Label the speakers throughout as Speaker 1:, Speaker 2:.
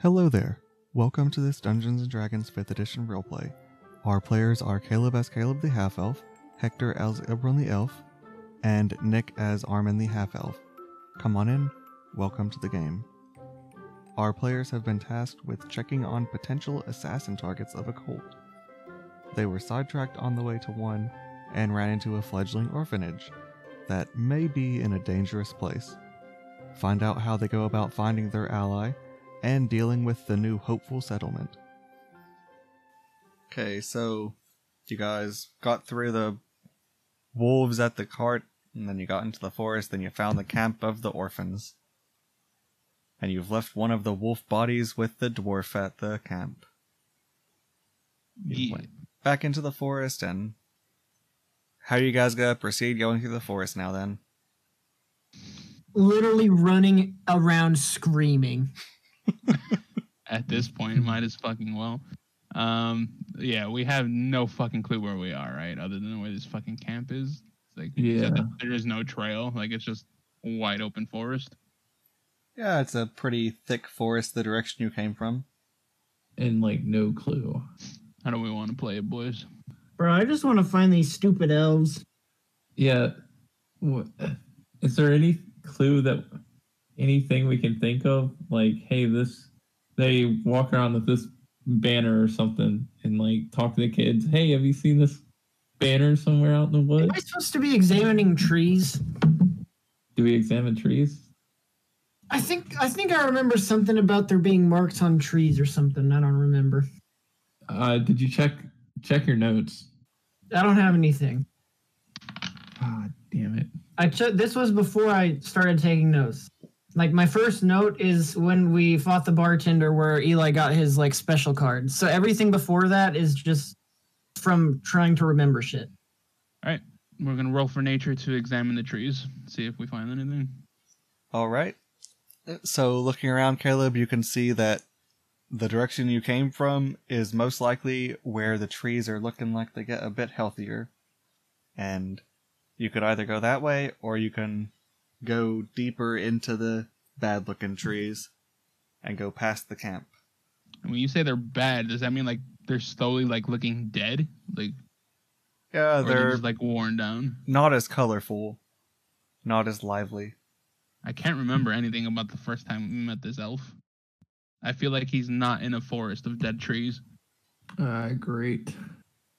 Speaker 1: Hello there. Welcome to this Dungeons and Dragons 5th edition roleplay. Our players are Caleb as Caleb the Half Elf, Hector as Ibron the Elf, and Nick as Armin the Half Elf. Come on in. Welcome to the game. Our players have been tasked with checking on potential assassin targets of a cult. They were sidetracked on the way to one and ran into a fledgling orphanage that may be in a dangerous place. Find out how they go about finding their ally and dealing with the new hopeful settlement. Okay, so you guys got through the wolves at the cart, and then you got into the forest, then you found the camp of the orphans. And you've left one of the wolf bodies with the dwarf at the camp. You
Speaker 2: Ye-
Speaker 1: went back into the forest, and how you guys gonna proceed going through the forest now then?
Speaker 3: literally running around screaming.
Speaker 4: Mm-hmm.
Speaker 2: At this point, might as fucking well. Um, yeah, we have no fucking clue where we are, right? Other than where this fucking camp is. It's like, you said that there is no trail. Like, it's just wide open forest.
Speaker 1: Yeah, it's a pretty thick forest the direction you came from.
Speaker 4: and like no clue.
Speaker 2: How do we want to play it, boys?
Speaker 3: Bro, I just want to find these stupid elves.
Speaker 4: Yeah. Wh- Is there any clue that anything we can think of? Like, hey, this they walk around with this banner or something and like talk to the kids. Hey, have you seen this banner somewhere out in the
Speaker 3: Am I
Speaker 4: woods?
Speaker 3: supposed to be examining trees?
Speaker 4: Do we examine trees?
Speaker 3: I think I think I remember something about there being marks on trees or something. I don't remember.
Speaker 4: Uh, did you check check your notes?
Speaker 3: I don't have anything.
Speaker 4: Ah, damn it.
Speaker 3: I took this was before I started taking notes. Like my first note is when we fought the bartender where Eli got his like special card. So everything before that is just from trying to remember shit.
Speaker 2: We're going to roll for nature to examine the trees, see if we find anything.
Speaker 1: All right. So, looking around, Caleb, you can see that the direction you came from is most likely where the trees are looking like they get a bit healthier. And you could either go that way or you can go deeper into the bad looking trees and go past the camp.
Speaker 2: And when you say they're bad, does that mean, like, they're slowly, like, looking dead? Like,
Speaker 1: Yeah, Uh,
Speaker 2: or they're
Speaker 1: they're
Speaker 2: just, like, worn down?
Speaker 1: not as colorful, not as lively.
Speaker 2: I can't remember anything about the first time we met this elf. I feel like he's not in a forest of dead trees.
Speaker 4: Uh, great.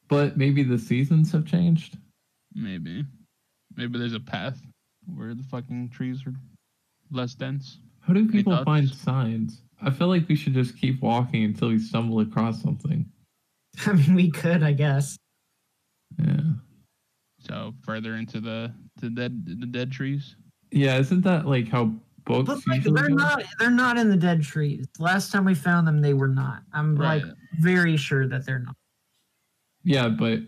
Speaker 4: But maybe the seasons have changed.
Speaker 2: Maybe. Maybe there's a path where the fucking trees are less dense.
Speaker 4: How do people
Speaker 2: thoughts?
Speaker 4: find signs? I feel like we should just keep walking until we stumble across something.
Speaker 3: I mean, we could, I guess.
Speaker 4: Yeah.
Speaker 2: So further into the the dead the dead trees.
Speaker 4: Yeah, isn't that like how books
Speaker 3: But like,
Speaker 4: usually
Speaker 3: they're
Speaker 4: go?
Speaker 3: not they're not in the dead trees. Last time we found them, they were not. I'm like very sure that they're not.
Speaker 4: Yeah, but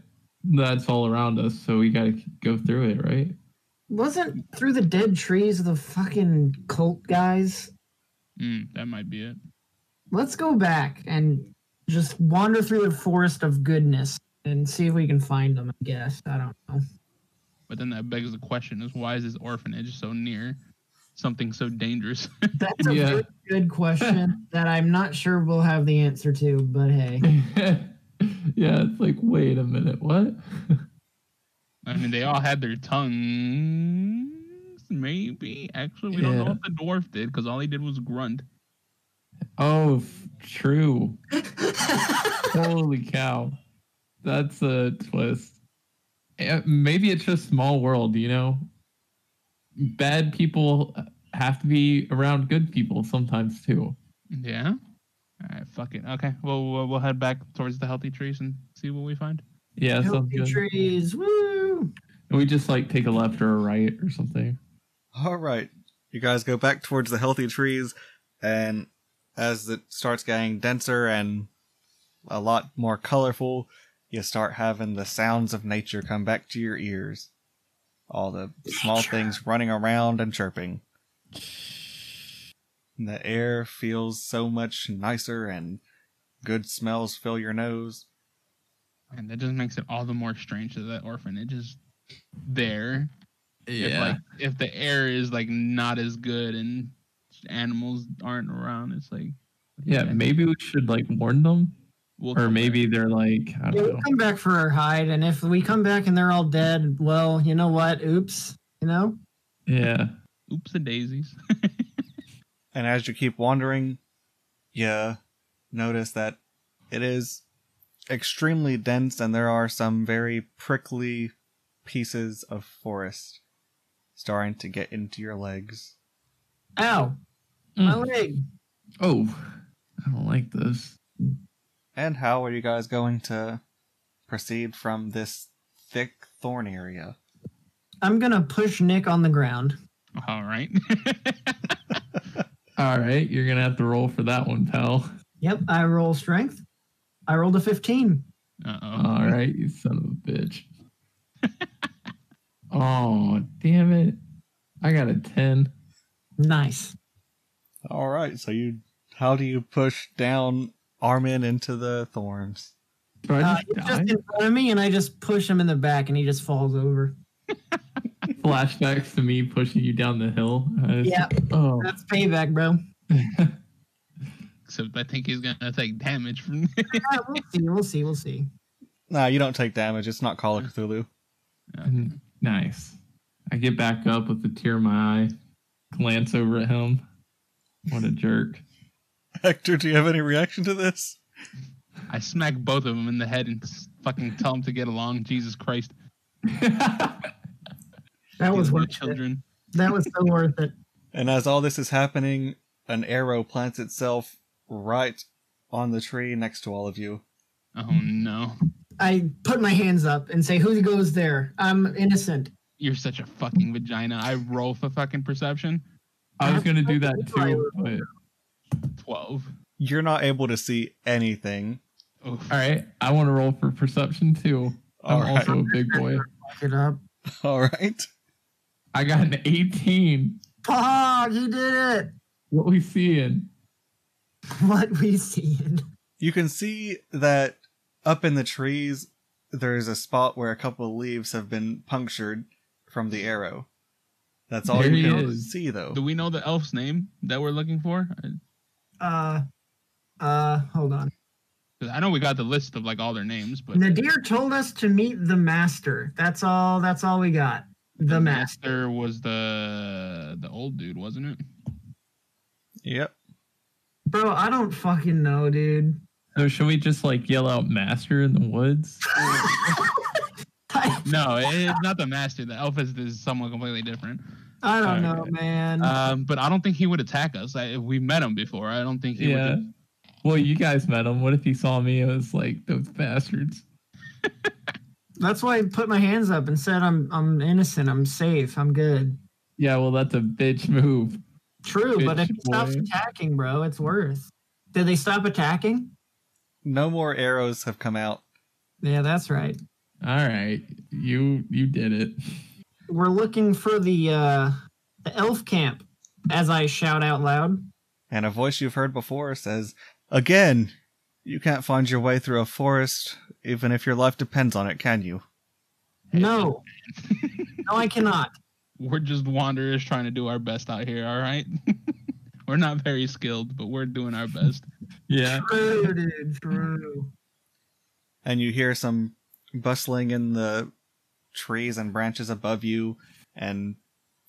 Speaker 4: that's all around us, so we gotta go through it, right?
Speaker 3: Wasn't through the dead trees the fucking cult guys?
Speaker 2: Mm, that might be it.
Speaker 3: Let's go back and just wander through the forest of goodness and see if we can find them. I guess I don't know.
Speaker 2: But then that begs the question is why is this orphanage so near something so dangerous?
Speaker 3: That's a
Speaker 4: Yeah.
Speaker 3: really good question that I'm not sure we'll have the answer to. But hey,
Speaker 4: yeah, it's like, wait a minute, what?
Speaker 2: I mean they all had their tongues maybe. Actually we don't know
Speaker 4: Yeah.
Speaker 2: what the dwarf did because all he did was grunt.
Speaker 4: oh, f- true. Holy cow. That's a twist. Eh, Maybe it's just small world, you know? Bad people have to be around good people sometimes too.
Speaker 2: Yeah? Alright, fuck it. Okay. Well, we'll we'll head back towards the healthy trees and see what we find.
Speaker 4: Yeah, sounds
Speaker 3: healthy
Speaker 4: good.
Speaker 3: trees, woo!
Speaker 4: And we just like take a left or a right or something.
Speaker 1: All right. You guys go back towards the healthy trees, and as it starts getting denser and a lot more colorful, you start having the sounds of nature come back to your ears. All the small
Speaker 3: Nature.
Speaker 1: things running around and chirping. And the air feels so much nicer, and good smells fill your nose.
Speaker 2: And that just makes it all the more strange that that orphanage is there. If, like, if the air is like not as good and animals aren't around, it's like
Speaker 4: Yeah, maybe we should like warn them,
Speaker 2: We'll
Speaker 4: or
Speaker 2: come
Speaker 4: maybe they're like, I
Speaker 3: Yeah,
Speaker 4: don't know.
Speaker 3: we'll come back for our hide, and if we come back and they're all dead, well, you know what? Oops. You know?
Speaker 4: Yeah,
Speaker 2: back. Oops and daisies.
Speaker 1: And as you keep wandering, you notice that it is extremely dense and there are some very prickly pieces of forest starting to get into your legs.
Speaker 3: Ow. My leg.
Speaker 4: Oh, I don't like this.
Speaker 1: And how are you guys going to proceed from this thick thorn area?
Speaker 3: I'm gonna push Nick on the ground.
Speaker 2: All right.
Speaker 4: All right, you're gonna have to roll for that one, pal.
Speaker 3: Yep, I roll strength. I rolled a 15.
Speaker 2: uh oh.
Speaker 4: All right, you son of a bitch. oh, damn it! I got a ten.
Speaker 3: Nice.
Speaker 1: All right, so you how do you push down Armin into the thorns?
Speaker 4: Do I
Speaker 3: Uh,
Speaker 4: just
Speaker 3: he's
Speaker 4: die?
Speaker 3: just in front of me, and I just push him in the back, and he just falls over.
Speaker 4: Flashbacks to me pushing you down the hill. Uh, it's-
Speaker 3: Yeah.
Speaker 4: Oh.
Speaker 3: That's payback, bro.
Speaker 2: Except I think he's gonna take damage from.
Speaker 3: Yeah, we'll see. We'll see. We'll see.
Speaker 1: Nah, you don't take damage. It's not Call of Cthulhu.
Speaker 4: N- Nice. I get back up with a tear in my eye, glance over at him. What a jerk.
Speaker 1: Hector, do you have any reaction to this?
Speaker 2: I smack both of them in the head and s- fucking tell them to get along. Jesus Christ.
Speaker 3: That
Speaker 2: These
Speaker 3: was
Speaker 2: are my
Speaker 3: worth it.
Speaker 2: children.
Speaker 3: That was so worth it.
Speaker 1: And as all this is happening, an arrow plants itself right on the tree next to all of you.
Speaker 2: Oh no.
Speaker 3: I put my hands up and say, "Who goes there? I'm innocent."
Speaker 2: You're such a fucking vagina. I roll for fucking perception.
Speaker 4: I was going to do that too. But,
Speaker 2: 12.
Speaker 1: You're not able to see anything.
Speaker 2: Oof.
Speaker 4: all right. I want to roll for perception too. I'm
Speaker 1: All right.
Speaker 4: also a big boy.
Speaker 3: Fuck it up.
Speaker 1: All right.
Speaker 4: I got an 18.
Speaker 3: Fuck, he did it.
Speaker 4: What we seeing?
Speaker 3: What we seeing?
Speaker 1: You can see that up in the trees, there's a spot where a couple of leaves have been punctured from the arrow. That's all
Speaker 4: There
Speaker 1: you
Speaker 4: he
Speaker 1: can
Speaker 4: is.
Speaker 1: see, though.
Speaker 2: Do we know the elf's name that we're looking for?
Speaker 3: Uh, uh, hold on.
Speaker 2: 'Cause I know we got the list of like all their names, but
Speaker 3: Nadir told us to meet the master. That's all. That's all we got. The master.
Speaker 2: master was the the old dude, wasn't it?
Speaker 1: Yep.
Speaker 3: Bro, I don't fucking know, dude.
Speaker 4: So, should we just like yell out master in the woods?
Speaker 3: I,
Speaker 2: No, it's not the master. The elf is, is someone completely different.
Speaker 3: I don't know,
Speaker 4: Okay.
Speaker 3: man. Uh,
Speaker 2: Um, but I don't think he would attack us. I, if we met him before, I don't think he
Speaker 4: Yeah.
Speaker 2: would.
Speaker 4: Well, you guys met him. What if he saw me? It was like those bastards.
Speaker 3: That's why I put my hands up and said I'm I'm innocent. I'm safe. I'm good.
Speaker 4: Yeah, well, that's a bitch move.
Speaker 3: True, but if he
Speaker 4: Bitch
Speaker 3: stops
Speaker 4: boy.
Speaker 3: attacking, bro, it's worse. Did they stop attacking?
Speaker 1: No more arrows have come out.
Speaker 3: Yeah, that's right.
Speaker 4: All right, you you did it.
Speaker 3: We're looking for the uh the elf camp, as I shout out loud.
Speaker 1: and a voice you've heard before says, Again, you can't find your way through a forest, even if your life depends on it, can you?
Speaker 3: No. no, I cannot.
Speaker 2: We're just wanderers trying to do our best out here. All right, we're not very skilled, but we're doing our best.
Speaker 4: Yeah.
Speaker 3: True, dude, true.
Speaker 1: And you hear some bustling in the trees and branches above you, and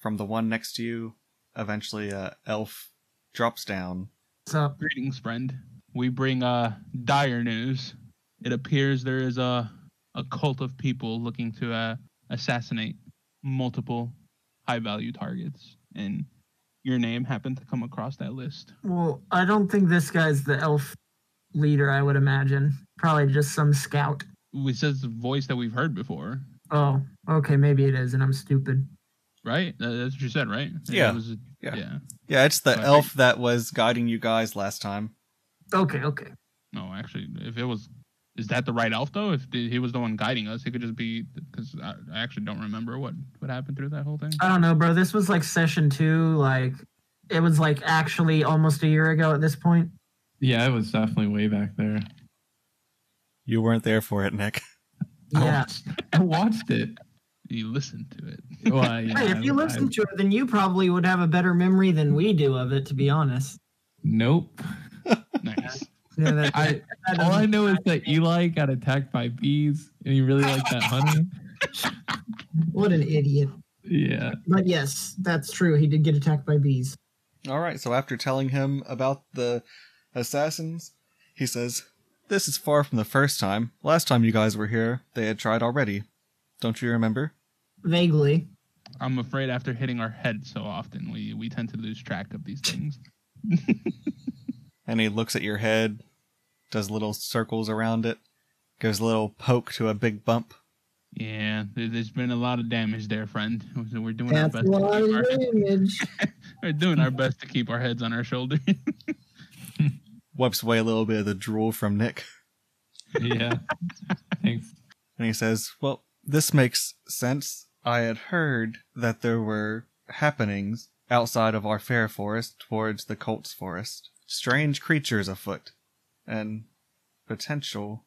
Speaker 1: from the one next to you, eventually a elf drops down.
Speaker 3: What's up?
Speaker 2: Greetings, friend. We bring uh dire news. It appears there is a a cult of people looking to uh, assassinate multiple high value targets, and your name happened to come across that list.
Speaker 3: Well, I don't think this guy's the elf leader, I would imagine. Probably just some scout.
Speaker 2: It says the voice that we've heard before,
Speaker 3: Oh, okay, maybe it is, and I'm stupid.
Speaker 2: right? That- That's what you said, right?
Speaker 1: Yeah.
Speaker 2: It was-
Speaker 1: Yeah.
Speaker 2: yeah.
Speaker 1: Yeah, it's the
Speaker 2: Sorry.
Speaker 1: elf that was guiding you guys last time.
Speaker 3: Okay, okay.
Speaker 2: No, actually, if it was, is that the right elf though? If the, he was the one guiding us, he could just be because I, I actually don't remember what what happened through that whole thing.
Speaker 3: I don't know, bro. This was like session two. Like, it was like actually almost a year ago at this point.
Speaker 4: Yeah, it was definitely way back there.
Speaker 1: You weren't there for it, Nick.
Speaker 4: I
Speaker 3: Yeah.
Speaker 4: watched- I watched it.
Speaker 2: You listened to it.
Speaker 4: Well, yeah,
Speaker 3: Hey, if you
Speaker 4: I-
Speaker 3: listen
Speaker 4: I-
Speaker 3: to it, then you probably would have a better memory than we do of it, to be honest.
Speaker 4: nope.
Speaker 2: Nice.
Speaker 3: Yeah, that,
Speaker 4: I
Speaker 3: that
Speaker 4: all I
Speaker 3: doesn't-
Speaker 4: know is that Eli got attacked by bees, and he really liked that honey.
Speaker 3: what an idiot.
Speaker 4: Yeah.
Speaker 3: But yes, that's true. He did get attacked by bees.
Speaker 1: All right, so after telling him about the assassins, he says, This is far from the first time. Last time you guys were here, they had tried already. Don't you remember?
Speaker 3: Vaguely.
Speaker 2: I'm afraid after hitting our head so often, we, we tend to lose track of these things.
Speaker 1: And he looks at your head, does little circles around it, gives a little poke to a big bump.
Speaker 2: Yeah, there, there's been a lot of damage there, friend. So we're doing
Speaker 3: That's
Speaker 2: our
Speaker 3: a
Speaker 2: best. To
Speaker 3: lot
Speaker 2: keep
Speaker 3: of
Speaker 2: our,
Speaker 3: damage.
Speaker 2: we're doing our best to keep our heads on our shoulders.
Speaker 1: Wipes away a little bit of the drool from Nick,
Speaker 4: Yeah. Thanks.
Speaker 1: and he says, Well, this makes sense. I had heard that there were happenings outside of our fair forest towards the Colt's forest. Strange creatures afoot, and potential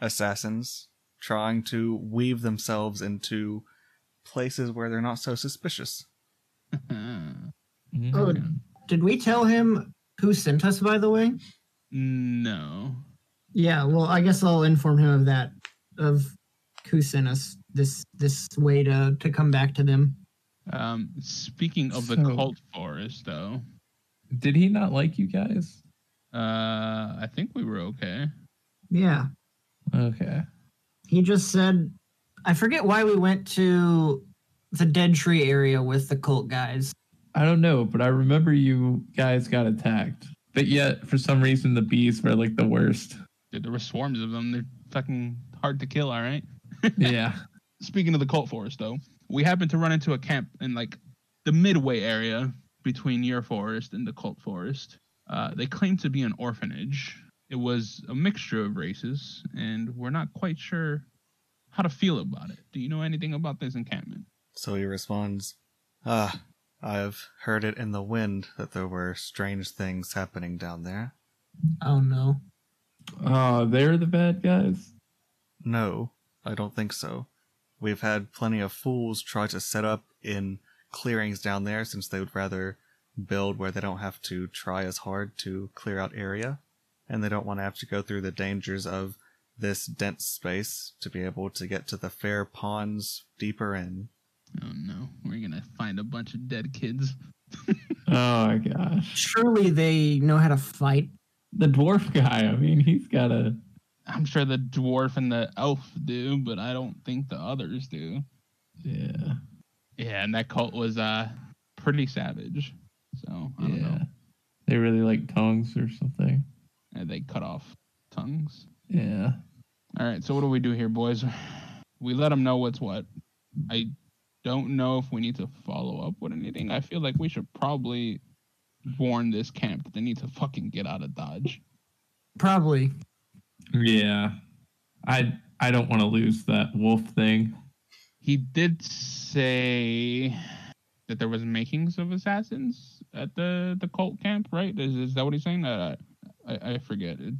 Speaker 1: assassins trying to weave themselves into places where they're not so suspicious.
Speaker 4: Mm-hmm.
Speaker 3: Oh, did we tell him who sent us, by the way?
Speaker 2: no.
Speaker 3: Yeah, well, I guess I'll inform him of that, of who sent us this this way to to come back to them.
Speaker 2: Um, speaking of the
Speaker 4: So-
Speaker 2: cult forest, though,
Speaker 4: Did he not like you guys?
Speaker 2: uh, I think we were okay.
Speaker 3: Yeah,
Speaker 4: Okay.
Speaker 3: he just said, I forget why we went to the dead tree area with the cult guys.
Speaker 4: I don't know, but I remember you guys got attacked. But yet, for some reason, the bees were like the worst.
Speaker 2: Dude, there were swarms of them. They're fucking hard to kill. All right.
Speaker 4: Yeah.
Speaker 2: Speaking of the cult forest, though, we happened to run into a camp in like the midway area between your forest and the cult forest. Uh, they claimed to be an orphanage. It was a mixture of races, and we're not quite sure how to feel about it. Do you know anything about this encampment?
Speaker 1: So he responds, Ah, I've heard it in the wind that there were strange things happening down there.
Speaker 3: Oh no.
Speaker 4: Oh, they're the bad guys.
Speaker 1: No, I don't think so. We've had plenty of fools try to set up in clearings down there since they would rather build where they don't have to try as hard to clear out area, and they don't want to have to go through the dangers of this dense space to be able to get to the fair ponds deeper in.
Speaker 2: Oh no, we're gonna find a bunch of dead kids.
Speaker 4: Oh my gosh.
Speaker 3: Surely they know how to fight.
Speaker 4: The dwarf guy. I mean, he's got a.
Speaker 2: I'm sure the dwarf and the elf do, but I don't think the others do.
Speaker 4: Yeah.
Speaker 2: Yeah, and that cult was uh pretty savage. So I don't
Speaker 4: Yeah.
Speaker 2: know.
Speaker 4: They really like tongues or something.
Speaker 2: And Uh, they cut off tongues.
Speaker 4: Yeah.
Speaker 2: All right, so what do we do here, boys? We let them know what's what. I don't know if we need to follow up with anything. I feel like we should probably warn this camp that they need to fucking get out of Dodge.
Speaker 3: Probably.
Speaker 4: Yeah. I I don't want to lose that wolf thing.
Speaker 2: He did say that there was makings of assassins at the the cult camp, right? Is, is that what he's saying? Uh, I I forget. It,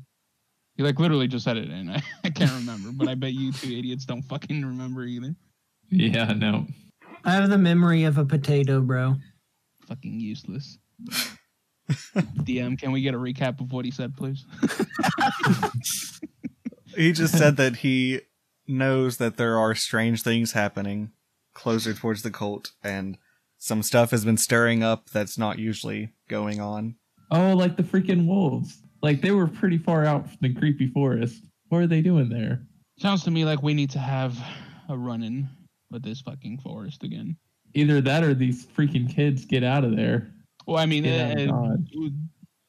Speaker 2: he like literally just said it, and I, I can't remember. but I bet you two idiots don't fucking remember either.
Speaker 4: Yeah, no.
Speaker 3: I have the memory of a potato, bro.
Speaker 2: Fucking useless. DM, can we get a recap of what he said, please?
Speaker 1: He just said that he knows that there are strange things happening closer towards the cult, and some stuff has been stirring up that's not usually going on.
Speaker 4: Oh, like the freaking wolves. Like they were pretty far out from the creepy forest. What are they doing there?
Speaker 2: Sounds to me like we need to have a run in with this fucking forest again.
Speaker 4: Either that or these freaking kids get out of there.
Speaker 2: Well, I mean,
Speaker 4: Get out
Speaker 2: eh,
Speaker 4: of Dodge.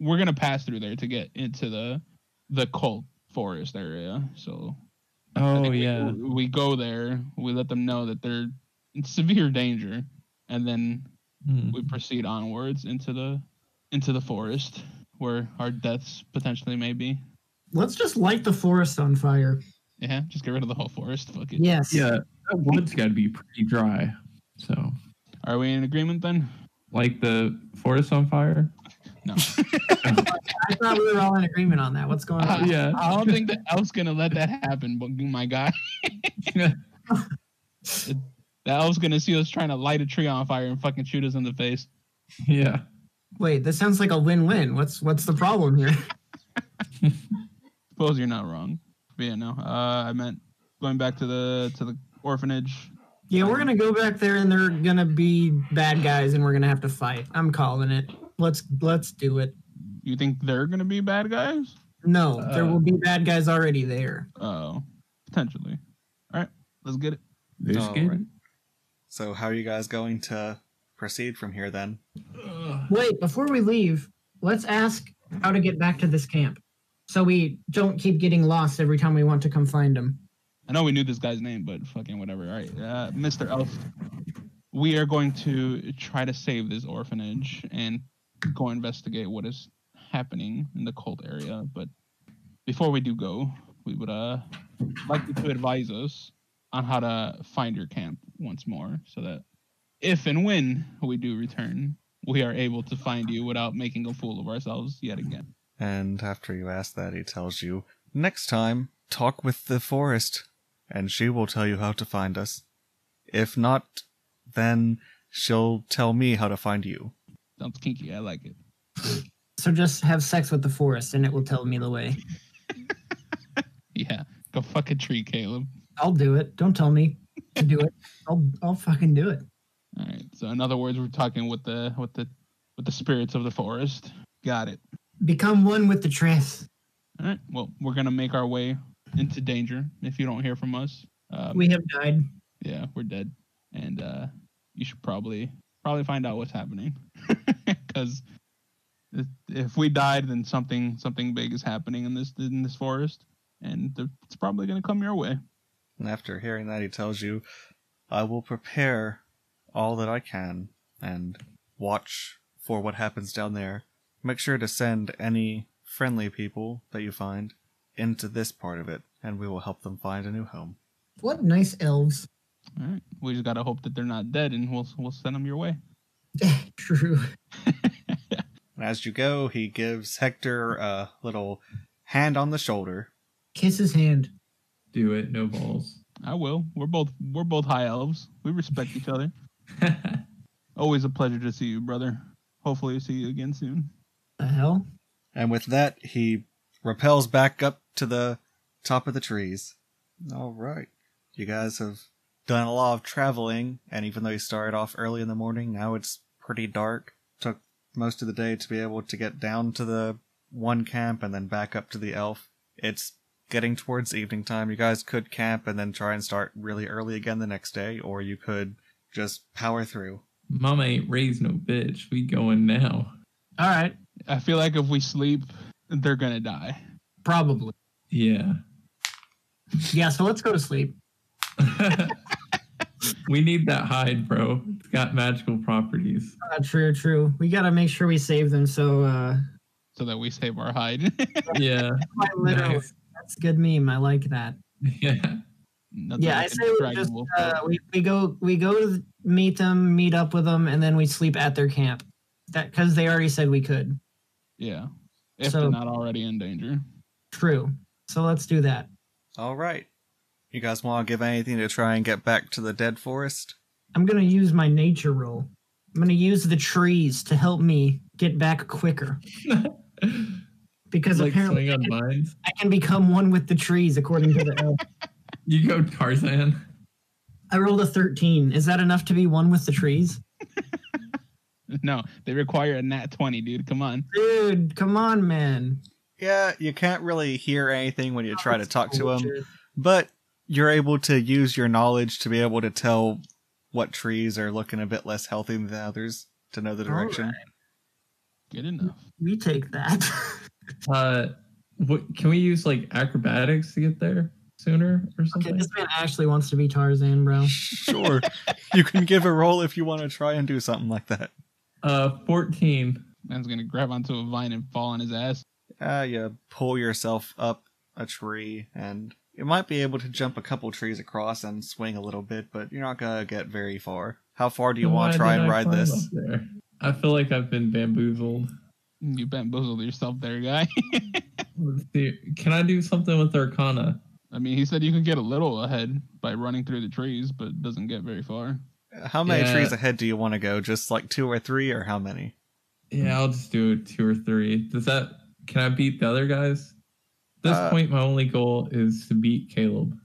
Speaker 2: we're gonna pass through there to get into the the cult forest area. So I
Speaker 4: Oh
Speaker 2: think we-
Speaker 4: yeah.
Speaker 2: we, go there, we let them know that they're in severe danger, and then
Speaker 4: Hmm.
Speaker 2: we proceed onwards into the into the forest where our deaths potentially may be.
Speaker 3: Let's just light the forest on fire.
Speaker 2: Yeah, just get rid of the whole forest. Fuck it.
Speaker 3: Yes.
Speaker 4: Yeah, that wood's got to be pretty dry. So,
Speaker 2: Are we in agreement then?
Speaker 4: like the forest on fire.
Speaker 2: No.
Speaker 3: I thought we were all in agreement on that. What's going on?
Speaker 2: Uh,
Speaker 4: yeah.
Speaker 2: I don't think the elf's gonna let that happen, but my god. The elf's gonna see us trying to light a tree on fire and fucking shoot us in the face.
Speaker 4: yeah.
Speaker 3: Wait, this sounds like a win-win. What's what's the problem here?
Speaker 2: Suppose you're not wrong. But yeah, no. Uh, I meant going back to the to the orphanage.
Speaker 3: Yeah, we're gonna go back there and they're gonna be bad guys and we're gonna have to fight. I'm calling it. Let's let's do it.
Speaker 2: You think they're gonna be bad guys?
Speaker 3: No, there
Speaker 4: Uh,
Speaker 3: will be bad guys already there.
Speaker 2: Oh, potentially. All right, let's get it.
Speaker 4: They're
Speaker 1: All
Speaker 4: scared.
Speaker 1: right. So, how are you guys going to proceed from here then?
Speaker 4: Ugh.
Speaker 3: Wait, before we leave, let's ask how to get back to this camp. So we don't keep getting lost every time we want to come find them.
Speaker 2: I know we knew this guy's name, but fucking whatever. All right, uh, Mr. Elf, we are going to try to save this orphanage and go investigate what is happening in the cult area. But before we do go, we would uh like you to advise us on how to find your camp once more, so that if and when we do return, we are able to find you without making a fool of ourselves yet again.
Speaker 1: And after you ask that, he tells you, Next time, talk with the forest, and she will tell you how to find us. If not, then she'll tell me how to find you.
Speaker 2: Sounds kinky. I like it.
Speaker 3: So just have sex with the forest and it will tell me the way.
Speaker 2: Yeah, go fuck a tree, Caleb.
Speaker 3: I'll do it. Don't tell me to do it. I'll I'll fucking do it.
Speaker 2: All right. So in other words, we're talking with the with the with the spirits of the forest. Got it.
Speaker 3: Become one with the trash.
Speaker 2: All right. Well, we're gonna make our way into danger if you don't hear from us. Um,
Speaker 3: We have died.
Speaker 2: yeah, we're dead, and uh, you should probably probably find out what's happening because if we died, then something something big is happening in this in this forest, and th- it's probably gonna come your way.
Speaker 1: And after hearing that, he tells you, I will prepare all that I can and watch for what happens down there. Make sure to send any friendly people that you find into this part of it, and we will help them find a new home.
Speaker 3: What nice elves.
Speaker 2: All right. We just gotta hope that they're not dead, and we'll we'll send them your way.
Speaker 3: True.
Speaker 1: And as you go, he gives Hector a little hand on the shoulder.
Speaker 3: Kiss his hand.
Speaker 4: Do it. No balls.
Speaker 2: I will. We're both we're both high elves. We respect each other. Always a pleasure to see you, brother. Hopefully, I see you again soon.
Speaker 3: The hell?
Speaker 1: And with that, he repels back up to the top of the trees. All right. You guys have done a lot of traveling, and even though you started off early in the morning, now it's pretty dark. Took most of the day to be able to get down to the one camp and then back up to the elf. It's getting towards evening time. You guys could camp and then try and start really early again the next day, or you could just power through.
Speaker 4: Mama ain't raised no bitch. We going now.
Speaker 3: All right.
Speaker 2: I feel like if we sleep, they're gonna die.
Speaker 3: Probably.
Speaker 4: Yeah.
Speaker 3: Yeah, so let's go to sleep.
Speaker 4: we need that hide, bro. It's got magical properties.
Speaker 3: Uh, true, true. We gotta make sure we save them. So, uh,
Speaker 2: So that we save our hide.
Speaker 4: Yeah.
Speaker 3: I literally,
Speaker 4: Nice.
Speaker 3: that's a good meme. I like that.
Speaker 4: Yeah.
Speaker 2: Nothing
Speaker 3: yeah,
Speaker 2: like
Speaker 3: I
Speaker 2: a
Speaker 3: say we
Speaker 2: dragon
Speaker 3: just
Speaker 2: wolf.
Speaker 3: uh, we, we go we go to meet them, meet up with them, and then we sleep at their camp. That because they already said we could.
Speaker 2: yeah, if
Speaker 3: so-
Speaker 2: they're not already in danger.
Speaker 3: True. So let's do that.
Speaker 1: All right. You guys want to give anything to try and get back to the dead forest?
Speaker 3: I'm gonna use my nature roll. I'm gonna use the trees to help me get back quicker because
Speaker 4: like
Speaker 3: apparently
Speaker 4: swing on vines.
Speaker 3: I can become one with the trees according to the. elf.
Speaker 4: You go Tarzan.
Speaker 3: I rolled a 13. Is that enough to be one with the trees?
Speaker 2: No, they require a nat twenty, dude. Come on.
Speaker 3: Dude, come on, man.
Speaker 1: Yeah, you can't really hear anything when you
Speaker 4: Oh,
Speaker 1: try to
Speaker 3: That's
Speaker 1: talk to him,
Speaker 3: bullshit.
Speaker 1: but you're able to use your knowledge to be able to tell what trees are looking a bit less healthy than others to know the
Speaker 3: All
Speaker 1: direction.
Speaker 2: Good enough.
Speaker 3: We take that.
Speaker 4: Uh, what can we use like acrobatics to get there sooner or
Speaker 3: okay,
Speaker 4: something?
Speaker 3: this man actually wants to be Tarzan, bro.
Speaker 1: Sure. you can give a roll if you want to try and do something like that.
Speaker 4: Uh, fourteen.
Speaker 2: Man's gonna grab onto a vine and fall on his ass.
Speaker 1: Uh, you pull yourself up a tree, and you might be able to jump a couple trees across and swing a little bit, but you're not going to get very far. How far do you want to
Speaker 4: Why
Speaker 1: try
Speaker 4: did
Speaker 1: and
Speaker 4: I
Speaker 1: ride
Speaker 4: climb
Speaker 1: this?
Speaker 4: up there? I feel like I've been bamboozled.
Speaker 2: You bamboozled yourself there, guy.
Speaker 4: Let's see. Can I do something with Arcana?
Speaker 2: I mean, he said you could get a little ahead by running through the trees, but it doesn't get very far.
Speaker 1: How many
Speaker 4: Yeah.
Speaker 1: trees ahead do you want to go? Just like two or three, or how many?
Speaker 4: Yeah, I'll just do two or three. Does that? Can I beat the other guys? this
Speaker 1: Uh,
Speaker 4: point, my only goal is to beat Caleb.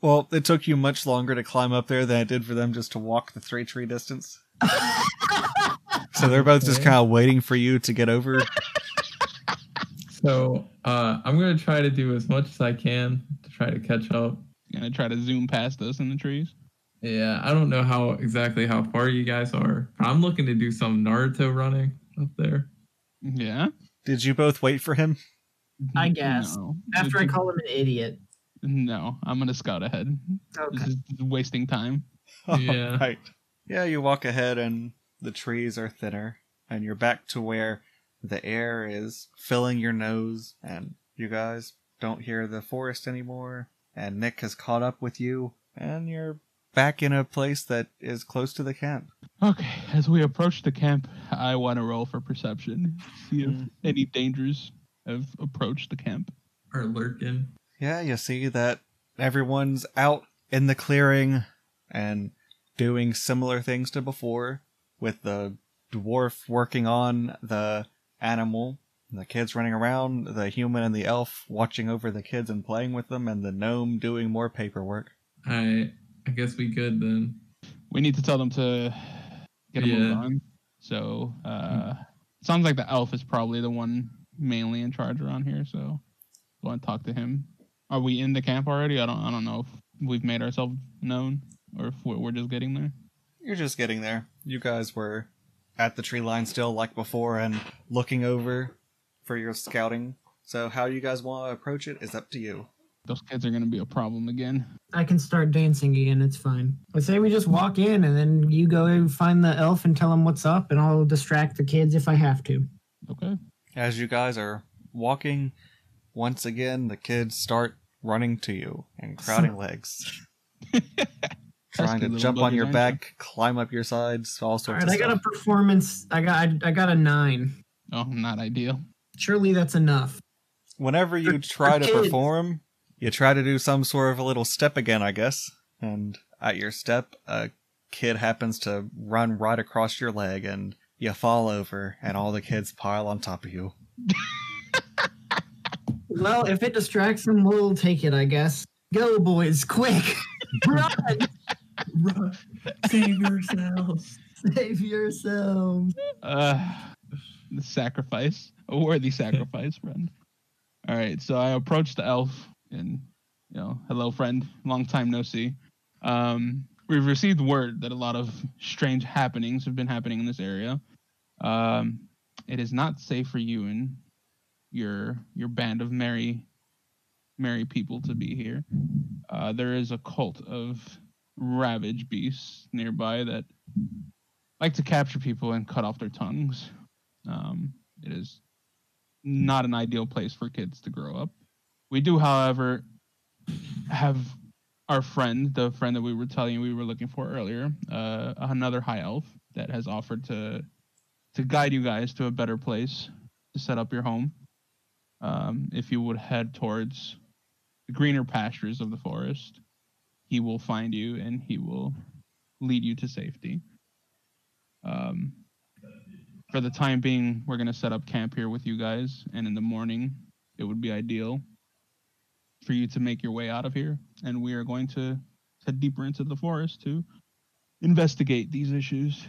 Speaker 1: Well, it took you much longer to climb up there than it did for them just to walk the three tree distance. so they're both just
Speaker 4: Okay.
Speaker 1: kind of waiting for you to get over.
Speaker 4: So uh, I'm gonna try to do as much as I can to try to catch up.
Speaker 2: Gonna try to zoom past us in the trees.
Speaker 4: Yeah, I don't know how exactly how far you guys are. I'm looking to do some Naruto running up there.
Speaker 2: Yeah. Mm,
Speaker 1: Did you both wait for him?
Speaker 3: I guess.
Speaker 2: No.
Speaker 3: After I call him an idiot. Mm-hmm.
Speaker 2: No, I'm gonna scout ahead. This
Speaker 3: Okay.
Speaker 2: is wasting time.
Speaker 1: Oh
Speaker 4: Yeah.
Speaker 1: Right. Yeah, you walk ahead and the trees are thinner, and you're back to where the air is filling your nose, and you guys don't hear the forest anymore, and Nick has caught up with you, and you're back in a place that is close to the camp.
Speaker 2: Okay, as we approach the camp, I want to roll for perception. See if
Speaker 1: Mm.
Speaker 2: any dangers have approached the camp.
Speaker 4: Or lurking.
Speaker 1: Yeah, you see that everyone's out in the clearing and doing similar things to before, with the dwarf working on the animal, the kids running around, the human and the elf watching over the kids and playing with them, and the gnome doing more paperwork.
Speaker 4: I I guess we good then.
Speaker 2: We need to tell them to get a
Speaker 4: Yeah.
Speaker 2: move on. So, uh, sounds like the elf is probably the one mainly in charge around here. So, go and talk to him. Are we in the camp already? I don't. I don't know if we've made ourselves known or if we're, we're just getting there.
Speaker 1: You're just getting there. You guys were at the tree line still, like before, and looking over for your scouting. So, how you guys want to approach it is up to you.
Speaker 2: Those kids are gonna be a problem again.
Speaker 3: I can start dancing again. It's fine. I say we just walk in and then you go and find the elf and tell him what's up, and I'll distract the kids if I have to.
Speaker 2: Okay.
Speaker 1: As you guys are walking, once again the kids start running to you and crowding legs, trying
Speaker 2: Pesky
Speaker 1: to
Speaker 2: little
Speaker 1: jump on
Speaker 2: buggies,
Speaker 1: your
Speaker 2: aren't
Speaker 1: back, climb up your sides, all sorts
Speaker 3: All right,
Speaker 1: of
Speaker 3: I got a
Speaker 1: stuff.
Speaker 3: performance. I got I got a nine.
Speaker 2: you? Oh, not ideal.
Speaker 3: Surely that's enough.
Speaker 1: Whenever you
Speaker 3: for-
Speaker 1: try
Speaker 3: for
Speaker 1: to
Speaker 3: kids.
Speaker 1: perform, you try to do some sort of a little step again, I guess. And at your step, a kid happens to run right across your leg, and you fall over, and all the kids pile on top of you.
Speaker 3: Well, if it distracts them, we'll take it, I guess. Go, boys, quick! Run!
Speaker 4: Run. Save yourselves.
Speaker 3: Save yourselves.
Speaker 2: Uh, the sacrifice, a worthy sacrifice, friend. All right, so I approach the elf and, you know, hello, friend, long time no see. Um, we've received word that a lot of strange happenings have been happening in this area. Um, it is not safe for you and your your band of merry, merry people to be here. Uh, there is a cult of ravage beasts nearby that like to capture people and cut off their tongues. Um, it is not an ideal place for kids to grow up. We do, however, have our friend, the friend that we were telling you we were looking for earlier, uh, another high elf that has offered to to guide you guys to a better place to set up your home. Um, if you would head towards the greener pastures of the forest, he will find you and he will lead you to safety. Um, for the time being, we're gonna set up camp here with you guys, and in the morning, it would be ideal for you to make your way out of here. And we are going to head deeper into the forest to investigate these issues.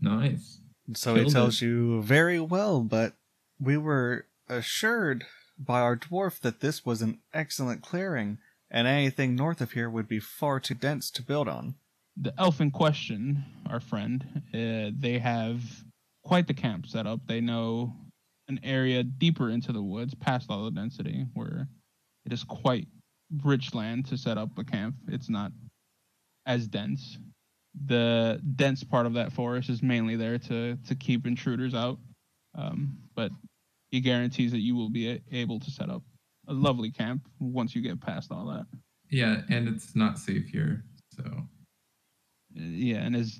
Speaker 4: Nice.
Speaker 1: So
Speaker 4: Killed
Speaker 1: it
Speaker 4: it.
Speaker 1: tells you very well, but we were assured by our dwarf that this was an excellent clearing, and anything north of here would be far too dense to build on.
Speaker 2: the elf in question, our friend, uh, they have quite the camp set up. They know an area deeper into the woods, past all the density, where it is quite rich land to set up a camp. It's not as dense. The dense part of that forest is mainly there to to keep intruders out, um, but he guarantees that you will be a- able to set up a lovely camp once you get past all that.
Speaker 4: Yeah, and it's not safe here. So
Speaker 2: yeah, and as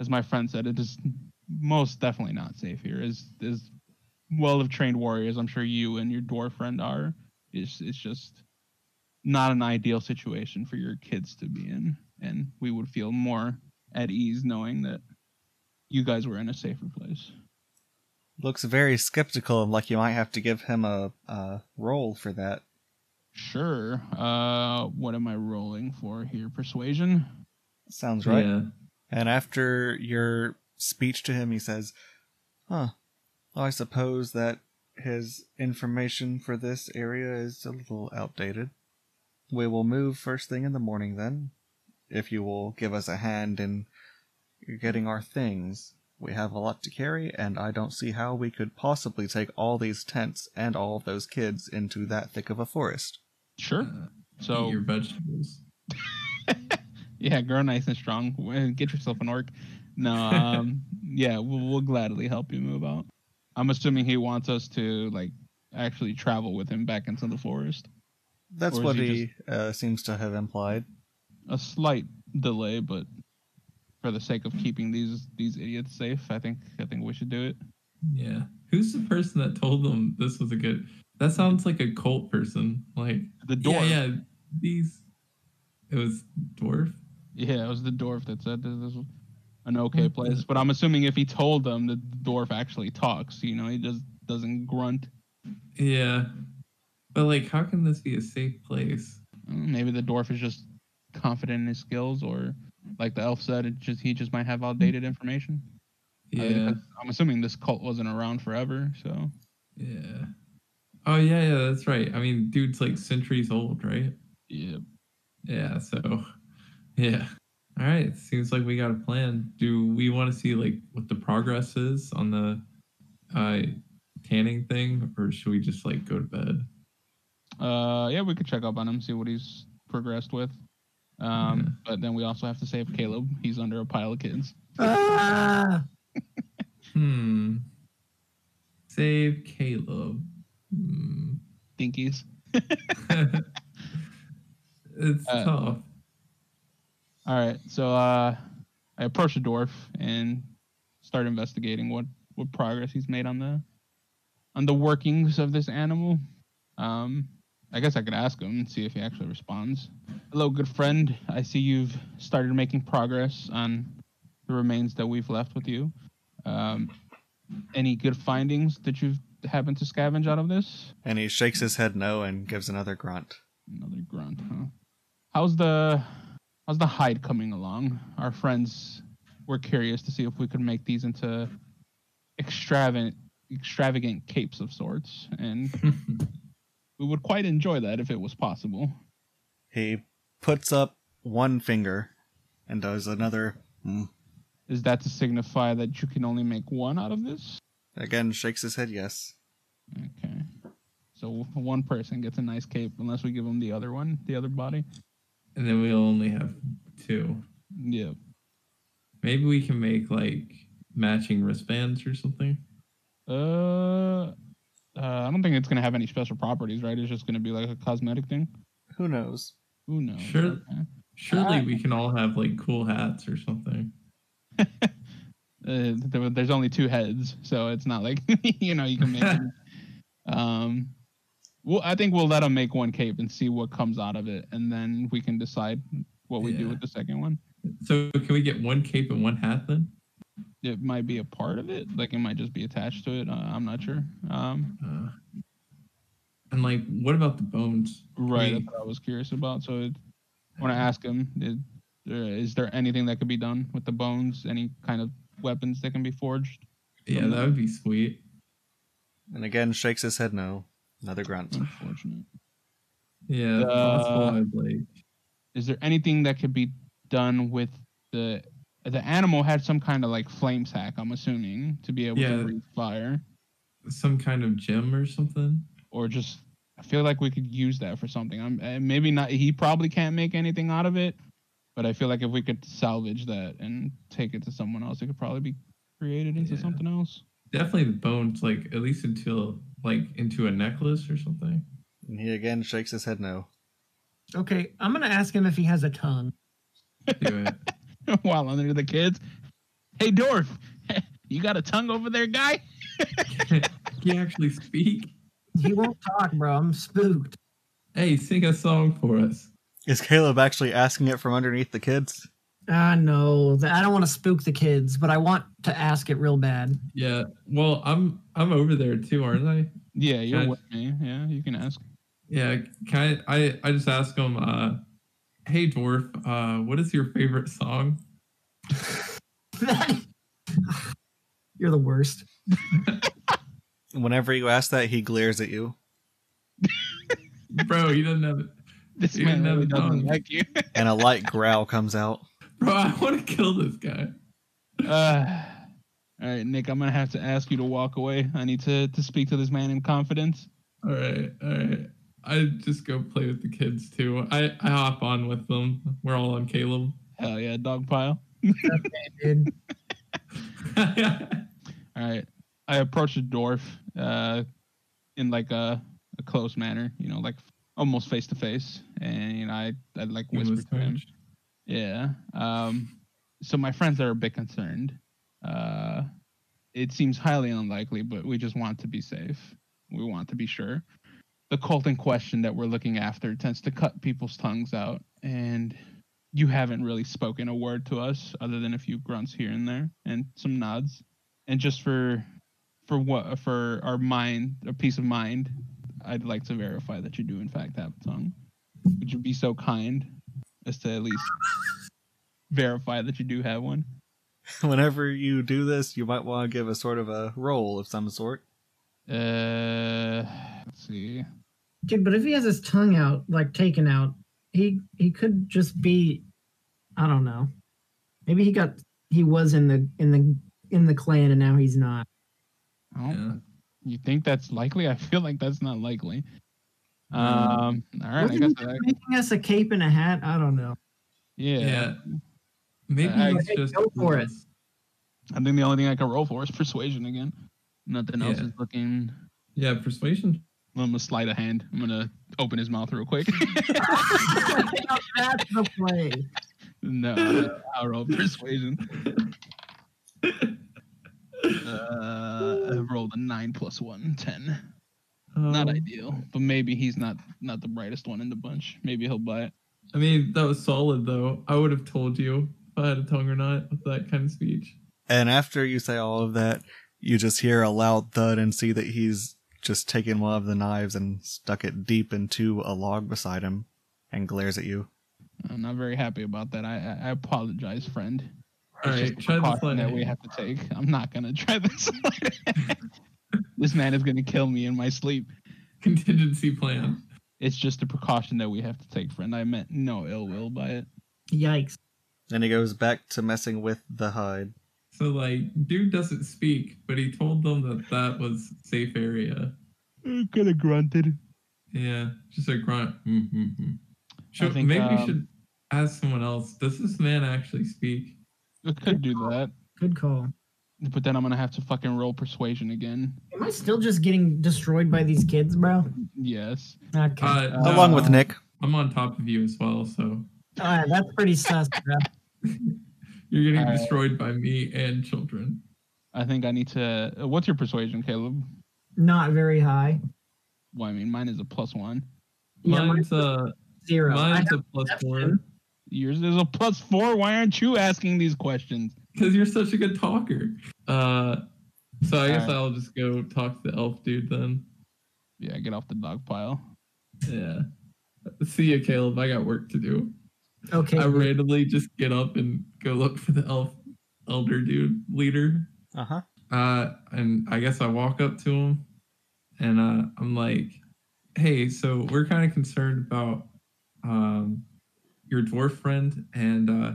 Speaker 2: as my friend said, it is most definitely not safe here. As as well of trained warriors, I'm sure you and your dwarf friend are. It's it's just not an ideal situation for your kids to be in, and we would feel more at ease knowing that you guys were in a safer place.
Speaker 1: looks very skeptical and like you might have to give him a, a roll for that.
Speaker 2: Sure. Uh, what am I rolling for here? Persuasion.
Speaker 1: Sounds right.
Speaker 4: Yeah.
Speaker 1: And after your speech to him, he says, Huh, I suppose that his information for this area is a little outdated. We will move first thing in the morning then, if you will give us a hand in getting our things. We have a lot to carry, and I don't see how we could possibly take all these tents and all of those kids into that thick of a forest.
Speaker 2: Sure.
Speaker 4: Eat
Speaker 2: So
Speaker 4: your vegetables.
Speaker 2: yeah, grow nice and strong. Well, Get yourself an orc. No. Um, yeah, we'll, we'll gladly help you move out. I'm assuming he wants us to like actually travel with him back into the forest.
Speaker 1: That's
Speaker 2: Or is
Speaker 1: what
Speaker 2: he
Speaker 1: he uh, seems to have implied.
Speaker 2: A slight delay, but for the sake of keeping these these idiots safe, I think I think we should do it.
Speaker 4: Yeah. Who's the person that told them this was a good? That sounds like a cult person. Like
Speaker 2: The dwarf.
Speaker 4: Yeah, yeah. These. It was dwarf.
Speaker 2: Yeah, it was the dwarf that said that this was an
Speaker 4: Mm-hmm.
Speaker 2: okay place. But I'm assuming if he told them that the dwarf actually talks, you know, he just doesn't grunt.
Speaker 4: Yeah. But like, how can this be a safe place?
Speaker 2: Uh, Maybe the dwarf is just confident in his skills, or like the elf said, it just he just might have outdated information. Uh,
Speaker 4: Yeah.
Speaker 2: I'm assuming this cult wasn't around forever, so
Speaker 4: Yeah. Oh yeah, yeah. That's right. I mean, dude's like centuries old, right?
Speaker 2: yeah.
Speaker 4: Yeah. So. Yeah. All right. Seems like we got a plan. Do we want to see like what the progress is on the uh, tanning thing, or should we just like go to bed?
Speaker 2: Uh, yeah, we could check up on him, see what he's progressed with. Um, but then we also have to save Caleb. He's under a pile of kids.
Speaker 3: Ah,
Speaker 4: Hmm. Save Caleb. Hmm.
Speaker 2: Dinkies.
Speaker 4: it's
Speaker 2: Uh,
Speaker 4: tough.
Speaker 2: All right, so uh, I approach the dwarf and start investigating what what progress he's made on the on the workings of this animal. Um, I guess I could ask him and see if he actually responds. Hello, good friend. I see you've started making progress on the remains that we've left with you. Um, any good findings that you've happened to scavenge out of this?
Speaker 1: And he shakes his head no and gives another grunt.
Speaker 2: Another grunt, huh? How's the how's the hide coming along? Our friends were curious to see if we could make these into extravagant extravagant capes of sorts, and we would quite enjoy that if it was possible.
Speaker 1: He puts up one finger and does another. mm.
Speaker 2: Is that to signify that you can only make one out of this?
Speaker 1: Again, shakes his head yes.
Speaker 2: Okay. So one person gets a nice cape unless we give them the other one, the other body.
Speaker 4: And then we'll only have two.
Speaker 2: Yeah.
Speaker 4: Maybe we can make like matching wristbands or something.
Speaker 2: Uh, uh I don't think it's gonna have any special properties, right? It's just gonna be like a cosmetic thing.
Speaker 1: Who knows?
Speaker 2: Who knows?
Speaker 4: Sure.
Speaker 2: Okay.
Speaker 4: Surely
Speaker 2: Ah.
Speaker 4: we can all have like cool hats or something.
Speaker 2: Uh, there, there's only two heads, so it's not like you know you can make. it. um, well, I think we'll let them make one cape and see what comes out of it, and then we can decide what we do
Speaker 4: Yeah.
Speaker 2: with the second one.
Speaker 4: So can we get one cape and one hat then?
Speaker 2: It might be a part of it, like it might just be attached to it. Uh, I'm not sure. Um,
Speaker 4: Uh, and like, what about the bones?
Speaker 2: right,
Speaker 4: We-
Speaker 2: that's what I was curious about. So it, I want to ask him: is, uh, is there anything that could be done with the bones? Any kind of weapons that can be forged?
Speaker 4: Yeah, that would be sweet.
Speaker 1: And again, shakes his head no. Another grunt.
Speaker 2: Unfortunate.
Speaker 4: Yeah, it's
Speaker 2: Uh,
Speaker 4: possible. I'd like.
Speaker 2: is there anything that could be done with the the animal had some kind of like flame sack i'm assuming to be able
Speaker 4: Yeah.
Speaker 2: to breathe fire
Speaker 4: some kind of gem or something.
Speaker 2: or just i feel like we could use that for something i'm eh, maybe not he probably can't make anything out of it but i feel like if we could salvage that and take it to someone else it could probably be created into
Speaker 4: Yeah.
Speaker 2: something else
Speaker 4: Definitely the bones, like at least until like into a necklace or something.
Speaker 1: And he again shakes his head no.
Speaker 3: okay, I'm gonna ask him if he has a tongue.
Speaker 4: Do it.
Speaker 2: while under the kids hey dwarf you got a tongue over there guy
Speaker 4: Can you actually speak?
Speaker 3: He won't talk, bro. I'm spooked.
Speaker 4: Hey, sing a song for us.
Speaker 1: Is Caleb actually asking it from underneath the kids?
Speaker 3: Ah, no, th- I don't want to spook the kids, but I want to ask it real bad.
Speaker 4: Yeah. Well, I'm I'm over there too, aren't I?
Speaker 2: Yeah, you're
Speaker 4: Gotcha.
Speaker 2: with me. Yeah, you can ask.
Speaker 4: Yeah. Can I? I, I just ask him. Uh, hey, dwarf. Uh, what is your favorite song?
Speaker 3: You're the worst.
Speaker 5: Whenever you ask that, he glares at you,
Speaker 4: Bro, he doesn't have it.
Speaker 2: This
Speaker 4: You
Speaker 2: man
Speaker 4: know
Speaker 2: really
Speaker 4: the
Speaker 2: doesn't
Speaker 4: dog.
Speaker 2: like you.
Speaker 5: and a light growl comes out.
Speaker 4: Bro, I want to kill this guy.
Speaker 2: Uh, all right, Nick, I'm gonna have to ask you to walk away. I need to to speak to this man in confidence.
Speaker 4: All right, all right. I just go play with the kids too. I, I hop on with them. We're all on Caleb.
Speaker 2: Hell yeah, dog pile.
Speaker 3: Dude.
Speaker 2: All right, I approach the dwarf uh, in like a, a close manner, you know, like almost face to face, and you know, I I like whisper to him. Yeah. Um, so my friends are a bit concerned. Uh, it seems highly unlikely, but we just want to be safe. We want to be sure. The cult in question that we're looking after tends to cut people's tongues out, and you haven't really spoken a word to us other than a few grunts here and there and some nods. And just for for what for our mind, a peace of mind, I'd like to verify that you do in fact have a tongue. Would you be so kind as to at least verify that you do have one.
Speaker 5: Whenever you do this, you might want to give a sort of a roll of some sort.
Speaker 2: Uh, let's see.
Speaker 3: Dude, but if he has his tongue out, like taken out, he he could just be I don't know. Maybe he got he was in the in the in the clan and now he's not.
Speaker 2: I don't-
Speaker 4: Yeah.
Speaker 2: You think that's likely? I feel like that's not likely.
Speaker 4: Mm.
Speaker 2: Um. All right. I
Speaker 3: Wasn't
Speaker 2: guess.
Speaker 3: he
Speaker 2: I,
Speaker 3: making us a cape and a hat? I don't know.
Speaker 2: yeah.
Speaker 4: Yeah. Maybe
Speaker 2: I-
Speaker 4: it's
Speaker 3: Hey,
Speaker 4: just
Speaker 3: go for it.
Speaker 2: I think the only thing I can roll for is persuasion again. Nothing else
Speaker 4: Yeah.
Speaker 2: is looking.
Speaker 4: Yeah, persuasion.
Speaker 2: I'm gonna slide a hand. I'm gonna open his mouth real quick.
Speaker 3: Now That's the play.
Speaker 2: no, I'll roll persuasion. Uh, I rolled a nine plus one, ten. Not
Speaker 4: Um,
Speaker 2: ideal, but maybe he's not not the brightest one in the bunch. Maybe he'll buy it.
Speaker 4: I mean, that was solid though. I would have told you if I had a tongue or not with that kind of speech.
Speaker 5: And after you say all of that, you just hear a loud thud and see that he's just taken one of the knives and stuck it deep into a log beside him and glares at you.
Speaker 2: I'm not very happy about that. I I- I apologize, friend.
Speaker 4: All
Speaker 2: It's
Speaker 4: right,
Speaker 2: just a
Speaker 4: try the
Speaker 2: precaution
Speaker 4: slide
Speaker 2: that we
Speaker 4: hand.
Speaker 2: have to take. I'm not gonna try this. this man is gonna kill me in my sleep.
Speaker 4: Contingency plan.
Speaker 2: It's just a precaution that we have to take, friend. I meant no ill will by it.
Speaker 3: Yikes.
Speaker 5: Then he goes back to messing with the hide.
Speaker 4: So like, dude doesn't speak, but he told them that that was safe area.
Speaker 2: Could have grunted.
Speaker 4: Yeah, just a grunt. Mm, mm, mm. Should,
Speaker 2: think,
Speaker 4: maybe we
Speaker 2: um,
Speaker 4: should ask someone else. Does this man actually speak?
Speaker 2: Could do that,
Speaker 3: Good call.
Speaker 2: but then I'm gonna have to fucking roll persuasion again.
Speaker 3: Am I still just getting destroyed by these kids, bro?
Speaker 2: Yes.
Speaker 3: Okay.
Speaker 4: Uh,
Speaker 2: Uh,
Speaker 5: Along with Nick.
Speaker 4: I'm on top of you as well, so
Speaker 3: All right, that's pretty sus, bro.
Speaker 4: you're getting
Speaker 2: Alright.
Speaker 4: destroyed by me and children.
Speaker 2: I think I need to. What's your persuasion, Caleb?
Speaker 3: Not very high.
Speaker 2: Well, I mean, mine is a plus one.
Speaker 3: Yeah,
Speaker 4: mine's uh,
Speaker 3: Zero. I
Speaker 4: mine's
Speaker 3: have-
Speaker 4: a plus
Speaker 3: perception.
Speaker 4: four
Speaker 2: Yours is a plus four. Why aren't you asking these questions?
Speaker 4: because you're such a good talker. Uh, so I guess
Speaker 2: Alright.
Speaker 4: I'll just go talk to the elf dude then.
Speaker 2: Yeah, get off the dog pile.
Speaker 4: Yeah. See ya, Caleb. I got work to do.
Speaker 3: okay.
Speaker 4: I randomly just get up and go look for the elf elder dude leader.
Speaker 5: Uh huh.
Speaker 4: Uh, and I guess I walk up to him and uh, I'm like, hey, so we're kind of concerned about um, your dwarf friend. And uh,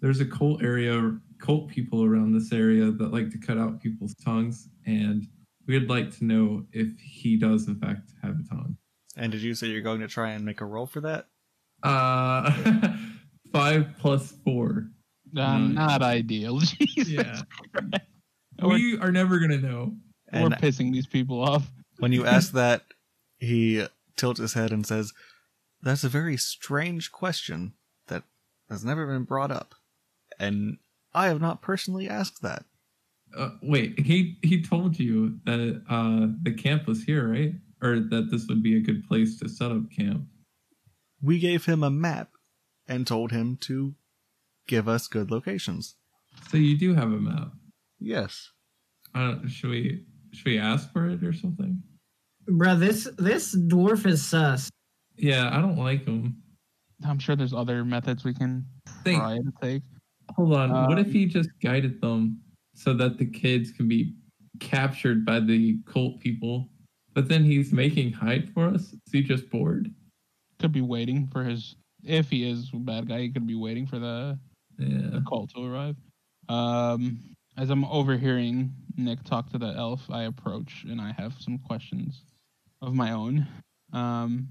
Speaker 4: there's a cult area, cult people around this area that like to cut out people's tongues. And we'd like to know if he does, in fact, have a tongue.
Speaker 5: And did you say you're going to try and make a roll for that?
Speaker 4: Uh, five plus four.
Speaker 2: Uh,
Speaker 4: Nice.
Speaker 2: Not ideal. Jesus.
Speaker 4: Yeah.
Speaker 2: We're-
Speaker 4: we are never going to know.
Speaker 2: We're
Speaker 5: And
Speaker 2: pissing these people off.
Speaker 5: when you ask that, he tilts his head and says, That's a very strange question that has never been brought up. And I have not personally asked that.
Speaker 4: Uh, wait, he he told you that uh the camp was here, right? Or that this would be a good place to set up camp.
Speaker 5: We gave him a map and told him to
Speaker 1: give us good locations.
Speaker 4: So you do have a map.
Speaker 1: Yes.
Speaker 4: I don't, should we should we ask for it or something?
Speaker 3: Bruh, this this dwarf is sus.
Speaker 4: Yeah, I don't like them.
Speaker 2: I'm sure there's other methods we can
Speaker 4: Think.
Speaker 2: try to take.
Speaker 4: Hold on. what if
Speaker 2: Um,
Speaker 4: he just guided them so that the kids can be captured by the cult people? But then he's making hide for us. Is he just bored?
Speaker 2: Could be waiting for his. If he is a bad guy, he could be waiting for the
Speaker 4: Yeah.
Speaker 2: the call to arrive. Um, as I'm overhearing Nick talk to the elf, I approach and I have some questions of my own. Um,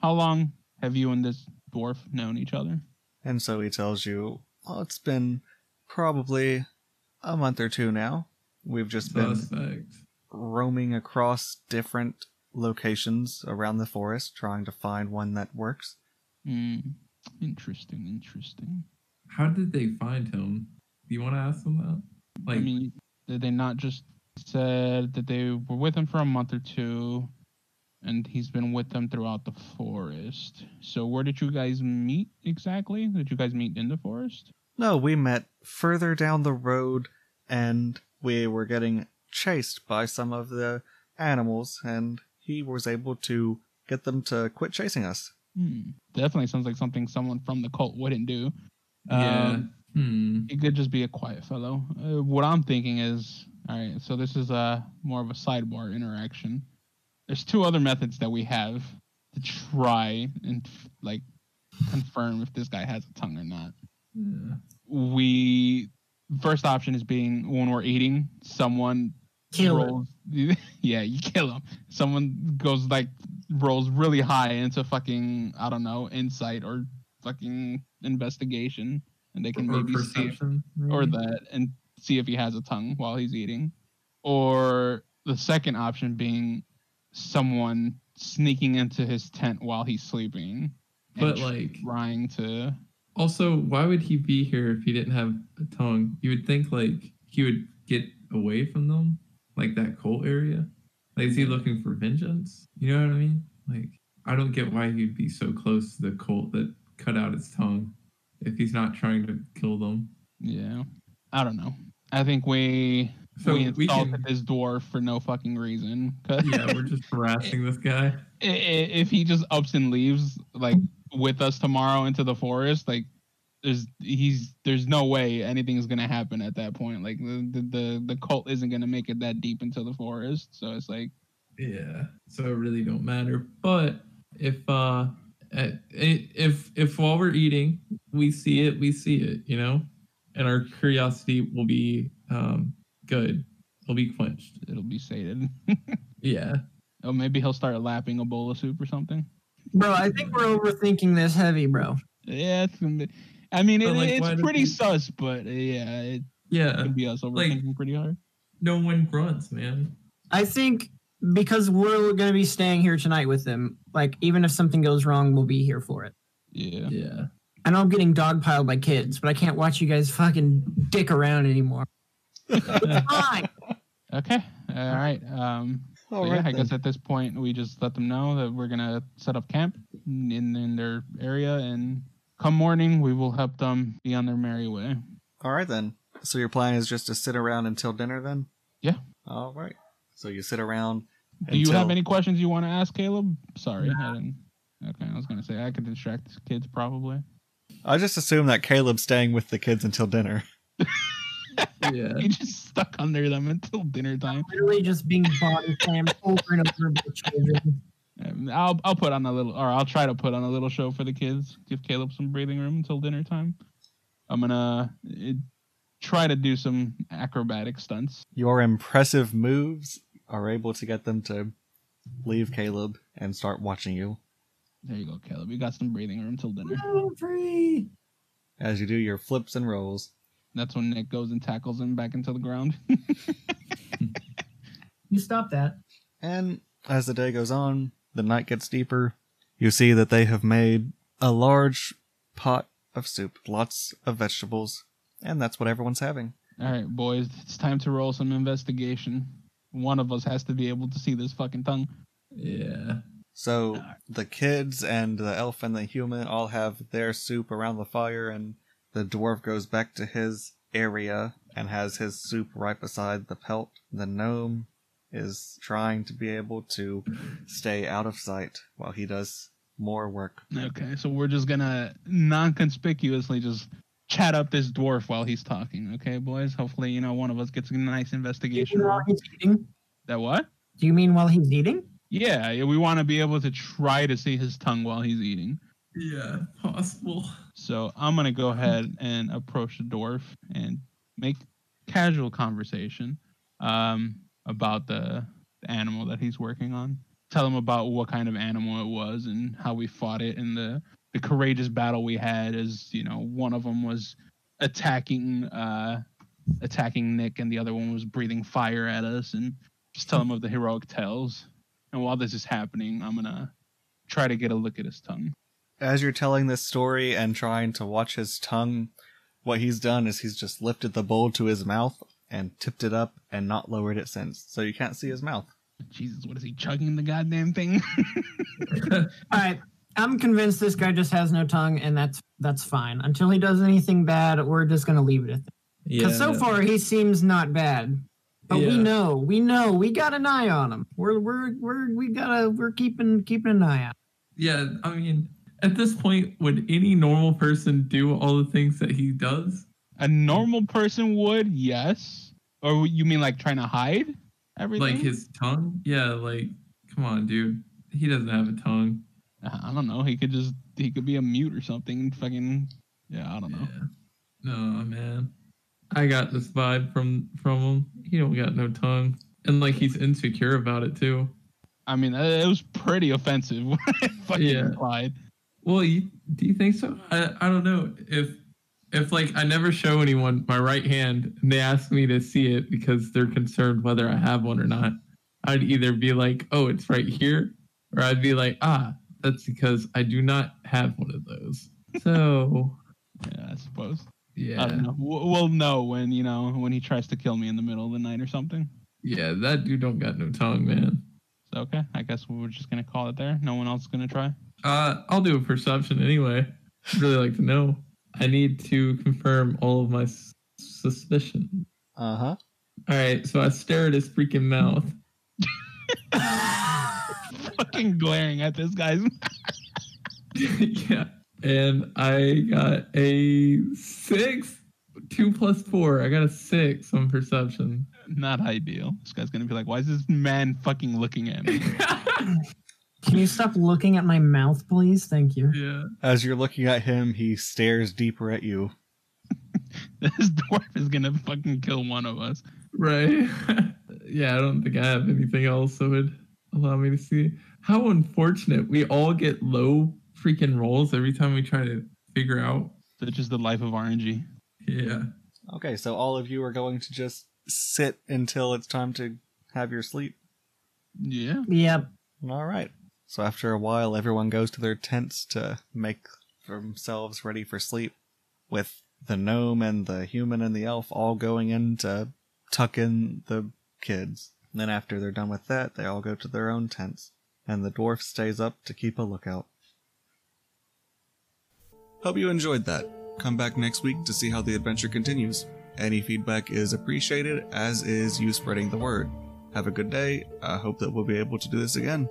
Speaker 2: how long have you and this dwarf known each other?
Speaker 1: And so he tells you, oh, it's been probably a month or two now. We've just been
Speaker 4: Suspect.
Speaker 1: roaming across different locations around the forest trying to find one that works.
Speaker 2: Hmm. interesting, interesting.
Speaker 4: How did they find him? Do you want to ask them that? Like,
Speaker 2: I mean, did they not just said that they were with him for a month or two, and he's been with them throughout the forest? So where did you guys meet exactly? Did you guys meet in the forest?
Speaker 1: No, we met further down the road and we were getting chased by some of the animals, and he was able to get them to quit chasing us.
Speaker 2: Hmm. Definitely sounds like something someone from the cult wouldn't do.
Speaker 4: yeah.
Speaker 2: Um,
Speaker 4: uh, hmm.
Speaker 2: it could just be a quiet fellow. Uh, what I'm thinking is, all right, so this is a more of a sidebar interaction. There's two other methods that we have to try and f- like confirm if this guy has a tongue or not.
Speaker 4: Yeah.
Speaker 2: We first option is being when we're eating, someone
Speaker 3: Kill him.
Speaker 2: rolls. yeah, you kill him. Someone goes like rolls really high into fucking I don't know insight or fucking investigation, and they can
Speaker 4: Or
Speaker 2: maybe see if
Speaker 4: perception,
Speaker 2: or
Speaker 4: maybe?
Speaker 2: that and see if he has a tongue while he's eating. Or the second option being someone sneaking into his tent while he's sleeping. and
Speaker 4: But like,
Speaker 2: trying to
Speaker 4: also, why would he be here if he didn't have a tongue? You would think like he would get away from them, like that cult area. Like, is he looking for vengeance? You know what I mean? Like, I don't get why he'd be so close to the cult that cut out its tongue if he's not trying to kill them.
Speaker 2: Yeah. I don't know. I think we
Speaker 4: So
Speaker 2: we
Speaker 4: we,
Speaker 2: insulted
Speaker 4: can,
Speaker 2: this dwarf for no fucking reason. 'Cause
Speaker 4: yeah, we're just harassing this guy.
Speaker 2: i- i- if he just ups and leaves like with us tomorrow into the forest, like there's he's there's no way anything's gonna happen at that point. Like the the the, the cult isn't gonna make it that deep into the forest. So it's like
Speaker 4: Yeah. So it really don't matter. But if uh eh, if if while we're eating, we see it, we see it, you know? And our curiosity will be um good. It'll be quenched.
Speaker 2: it'll be sated.
Speaker 4: Yeah.
Speaker 2: oh, maybe he'll start lapping a bowl of soup or something.
Speaker 3: Bro, I think we're overthinking this heavy, bro.
Speaker 2: Yeah, it's gonna be. I mean,
Speaker 4: But,
Speaker 2: it,
Speaker 4: like, why
Speaker 2: it's
Speaker 4: does
Speaker 2: pretty
Speaker 4: he- Uh,
Speaker 2: sus, but uh, yeah, it
Speaker 4: Yeah.
Speaker 2: could be us overthinking pretty hard.
Speaker 4: No one grunts, man.
Speaker 3: I think because we're gonna be staying here tonight with them, like even if something goes wrong, we'll be here for it.
Speaker 2: Yeah.
Speaker 4: Yeah.
Speaker 3: I know I'm getting dogpiled by kids, but I can't watch you guys fucking dick around anymore. Fine.
Speaker 2: Okay. All right. Um,
Speaker 1: All
Speaker 2: So,
Speaker 1: Oh, right,
Speaker 2: yeah, I
Speaker 1: then.
Speaker 2: guess at this point we just let them know that we're gonna set up camp in in their area, and come morning we will help them be on their merry way.
Speaker 1: All right then. So your plan is just to sit around until dinner then?
Speaker 2: Yeah.
Speaker 1: All right. So you sit around.
Speaker 2: Do you have
Speaker 1: until-
Speaker 2: any questions you want to ask, Caleb? Sorry, I didn't. Okay, I was gonna say I could distract the kids probably.
Speaker 1: I just assume that Caleb's staying with the kids until dinner.
Speaker 4: Yeah.
Speaker 2: He just stuck under them until dinner time.
Speaker 3: Literally just being body slammed over and over by children.
Speaker 2: Um, I'll I'll put on a little, or I'll try to put on a little show for the kids. Give Caleb some breathing room until dinner time. I'm gonna uh, try to do some acrobatic stunts.
Speaker 1: Your impressive moves are able to get them to leave Caleb and start watching you.
Speaker 2: There you go, Caleb. You got some breathing room till dinner.
Speaker 3: I'm free.
Speaker 1: As you do your flips and rolls.
Speaker 2: That's when Nick goes and tackles him back into the ground.
Speaker 3: You stop that.
Speaker 1: And as the day goes on, the night gets deeper. You see that they have made a large pot of soup, lots of vegetables, and that's what everyone's having.
Speaker 2: All right, boys, it's time to roll some investigation. One of us has to be able to see this fucking tongue.
Speaker 4: Yeah.
Speaker 1: So the kids and the elf and the human all have their soup around the fire, and The dwarf goes back to his area and has his soup right beside the pelt. The gnome is trying to be able to stay out of sight while he does more work.
Speaker 2: Okay, so we're just gonna non-conspicuously just chat up this dwarf while he's talking. Okay, boys. Hopefully, you know one of us gets a nice
Speaker 3: Do you
Speaker 2: investigation.
Speaker 3: mean while
Speaker 2: roll.
Speaker 3: he's eating?
Speaker 2: That what?
Speaker 3: Do you mean while he's eating?
Speaker 2: Yeah, yeah, we want to be able to try to see his tongue while he's eating.
Speaker 4: Yeah, possible.
Speaker 2: So I'm gonna go ahead and approach the dwarf and make casual conversation um, about the the animal that he's working on. Tell him about what kind of animal it was and how we fought it and the the courageous battle we had. As you know, one of them was attacking uh, attacking Nick and the other one was breathing fire at us. And just tell him of the heroic tales. And while this is happening, I'm gonna try to get a look at his tongue.
Speaker 1: As you're telling this story and trying to watch his tongue, what he's done is he's just lifted the bowl to his mouth and tipped it up and not lowered it since. So you can't see his mouth.
Speaker 2: Jesus, what is he chugging the goddamn thing?
Speaker 3: All right. I'm convinced this guy just has no tongue, and that's that's fine. Until he does anything bad, we're just gonna leave it at that.
Speaker 4: Yeah.
Speaker 3: Because so far he seems not bad, but we
Speaker 4: Yeah.
Speaker 3: know, we know, we got an eye on him. We're we're we're we gotta we're keeping keeping an eye on. him.
Speaker 4: Yeah, I mean, at this point, would any normal person do all the things that he does?
Speaker 2: a normal person would, yes. Or you mean like trying to hide everything?
Speaker 4: Like his tongue? Yeah, like, come on, dude. He doesn't have a tongue.
Speaker 2: Uh, I don't know. He could just he could be a mute or something. and Fucking yeah, I don't know.
Speaker 4: Yeah. No, man. I got this vibe from from him. He don't got no tongue, and like he's insecure about it too.
Speaker 2: I mean, uh, it was pretty offensive. When I fucking
Speaker 4: Yeah.
Speaker 2: implied.
Speaker 4: Well, you, do you think so? I, I don't know if if like I never show anyone my right hand and they ask me to see it because they're concerned whether I have one or not. I'd either be like, "Oh, it's right here," or I'd be like, "Ah, that's because I do not have one of those." So,
Speaker 2: Yeah, I suppose. I
Speaker 4: yeah.
Speaker 2: don't know. We'll we'll know when you know when he tries to kill me in the middle of the night or something.
Speaker 4: Yeah, that dude don't got no tongue, man.
Speaker 2: So okay, I guess we're just gonna call it there. No one else is gonna try.
Speaker 4: Uh, I'll do a perception anyway. I'd really like to know. I need to confirm all of my s- suspicions.
Speaker 1: Uh huh.
Speaker 4: All right, so I stare at his freaking mouth.
Speaker 2: fucking glaring at this guy's.
Speaker 4: yeah, and I got a six, two plus four. I got a six on perception.
Speaker 2: Not ideal. This guy's gonna be like, "Why is this man fucking looking at me?"
Speaker 3: Can you stop looking at my mouth, please? Thank you.
Speaker 4: yeah,
Speaker 1: As you're looking at him, he stares deeper at you.
Speaker 2: this dwarf is gonna fucking kill one of us.
Speaker 4: right. yeah, I don't think I have anything else that would allow me to see. How unfortunate! We all get low freaking rolls every time we try to figure out.
Speaker 2: Such is the life of RNG.
Speaker 4: Yeah.
Speaker 1: Okay, so all of you are going to just sit until it's time to have your sleep.
Speaker 2: Yeah.
Speaker 3: Yep.
Speaker 1: All right. So after a while, everyone goes to their tents to make themselves ready for sleep, with the gnome and the human and the elf all going in to tuck in the kids. And then after they're done with that, they all go to their own tents, and the dwarf stays up to keep a lookout. Hope you enjoyed that. Come back next week to see how the adventure continues. Any feedback is appreciated, as is you spreading the word. Have a good day. I hope that we'll be able to do this again.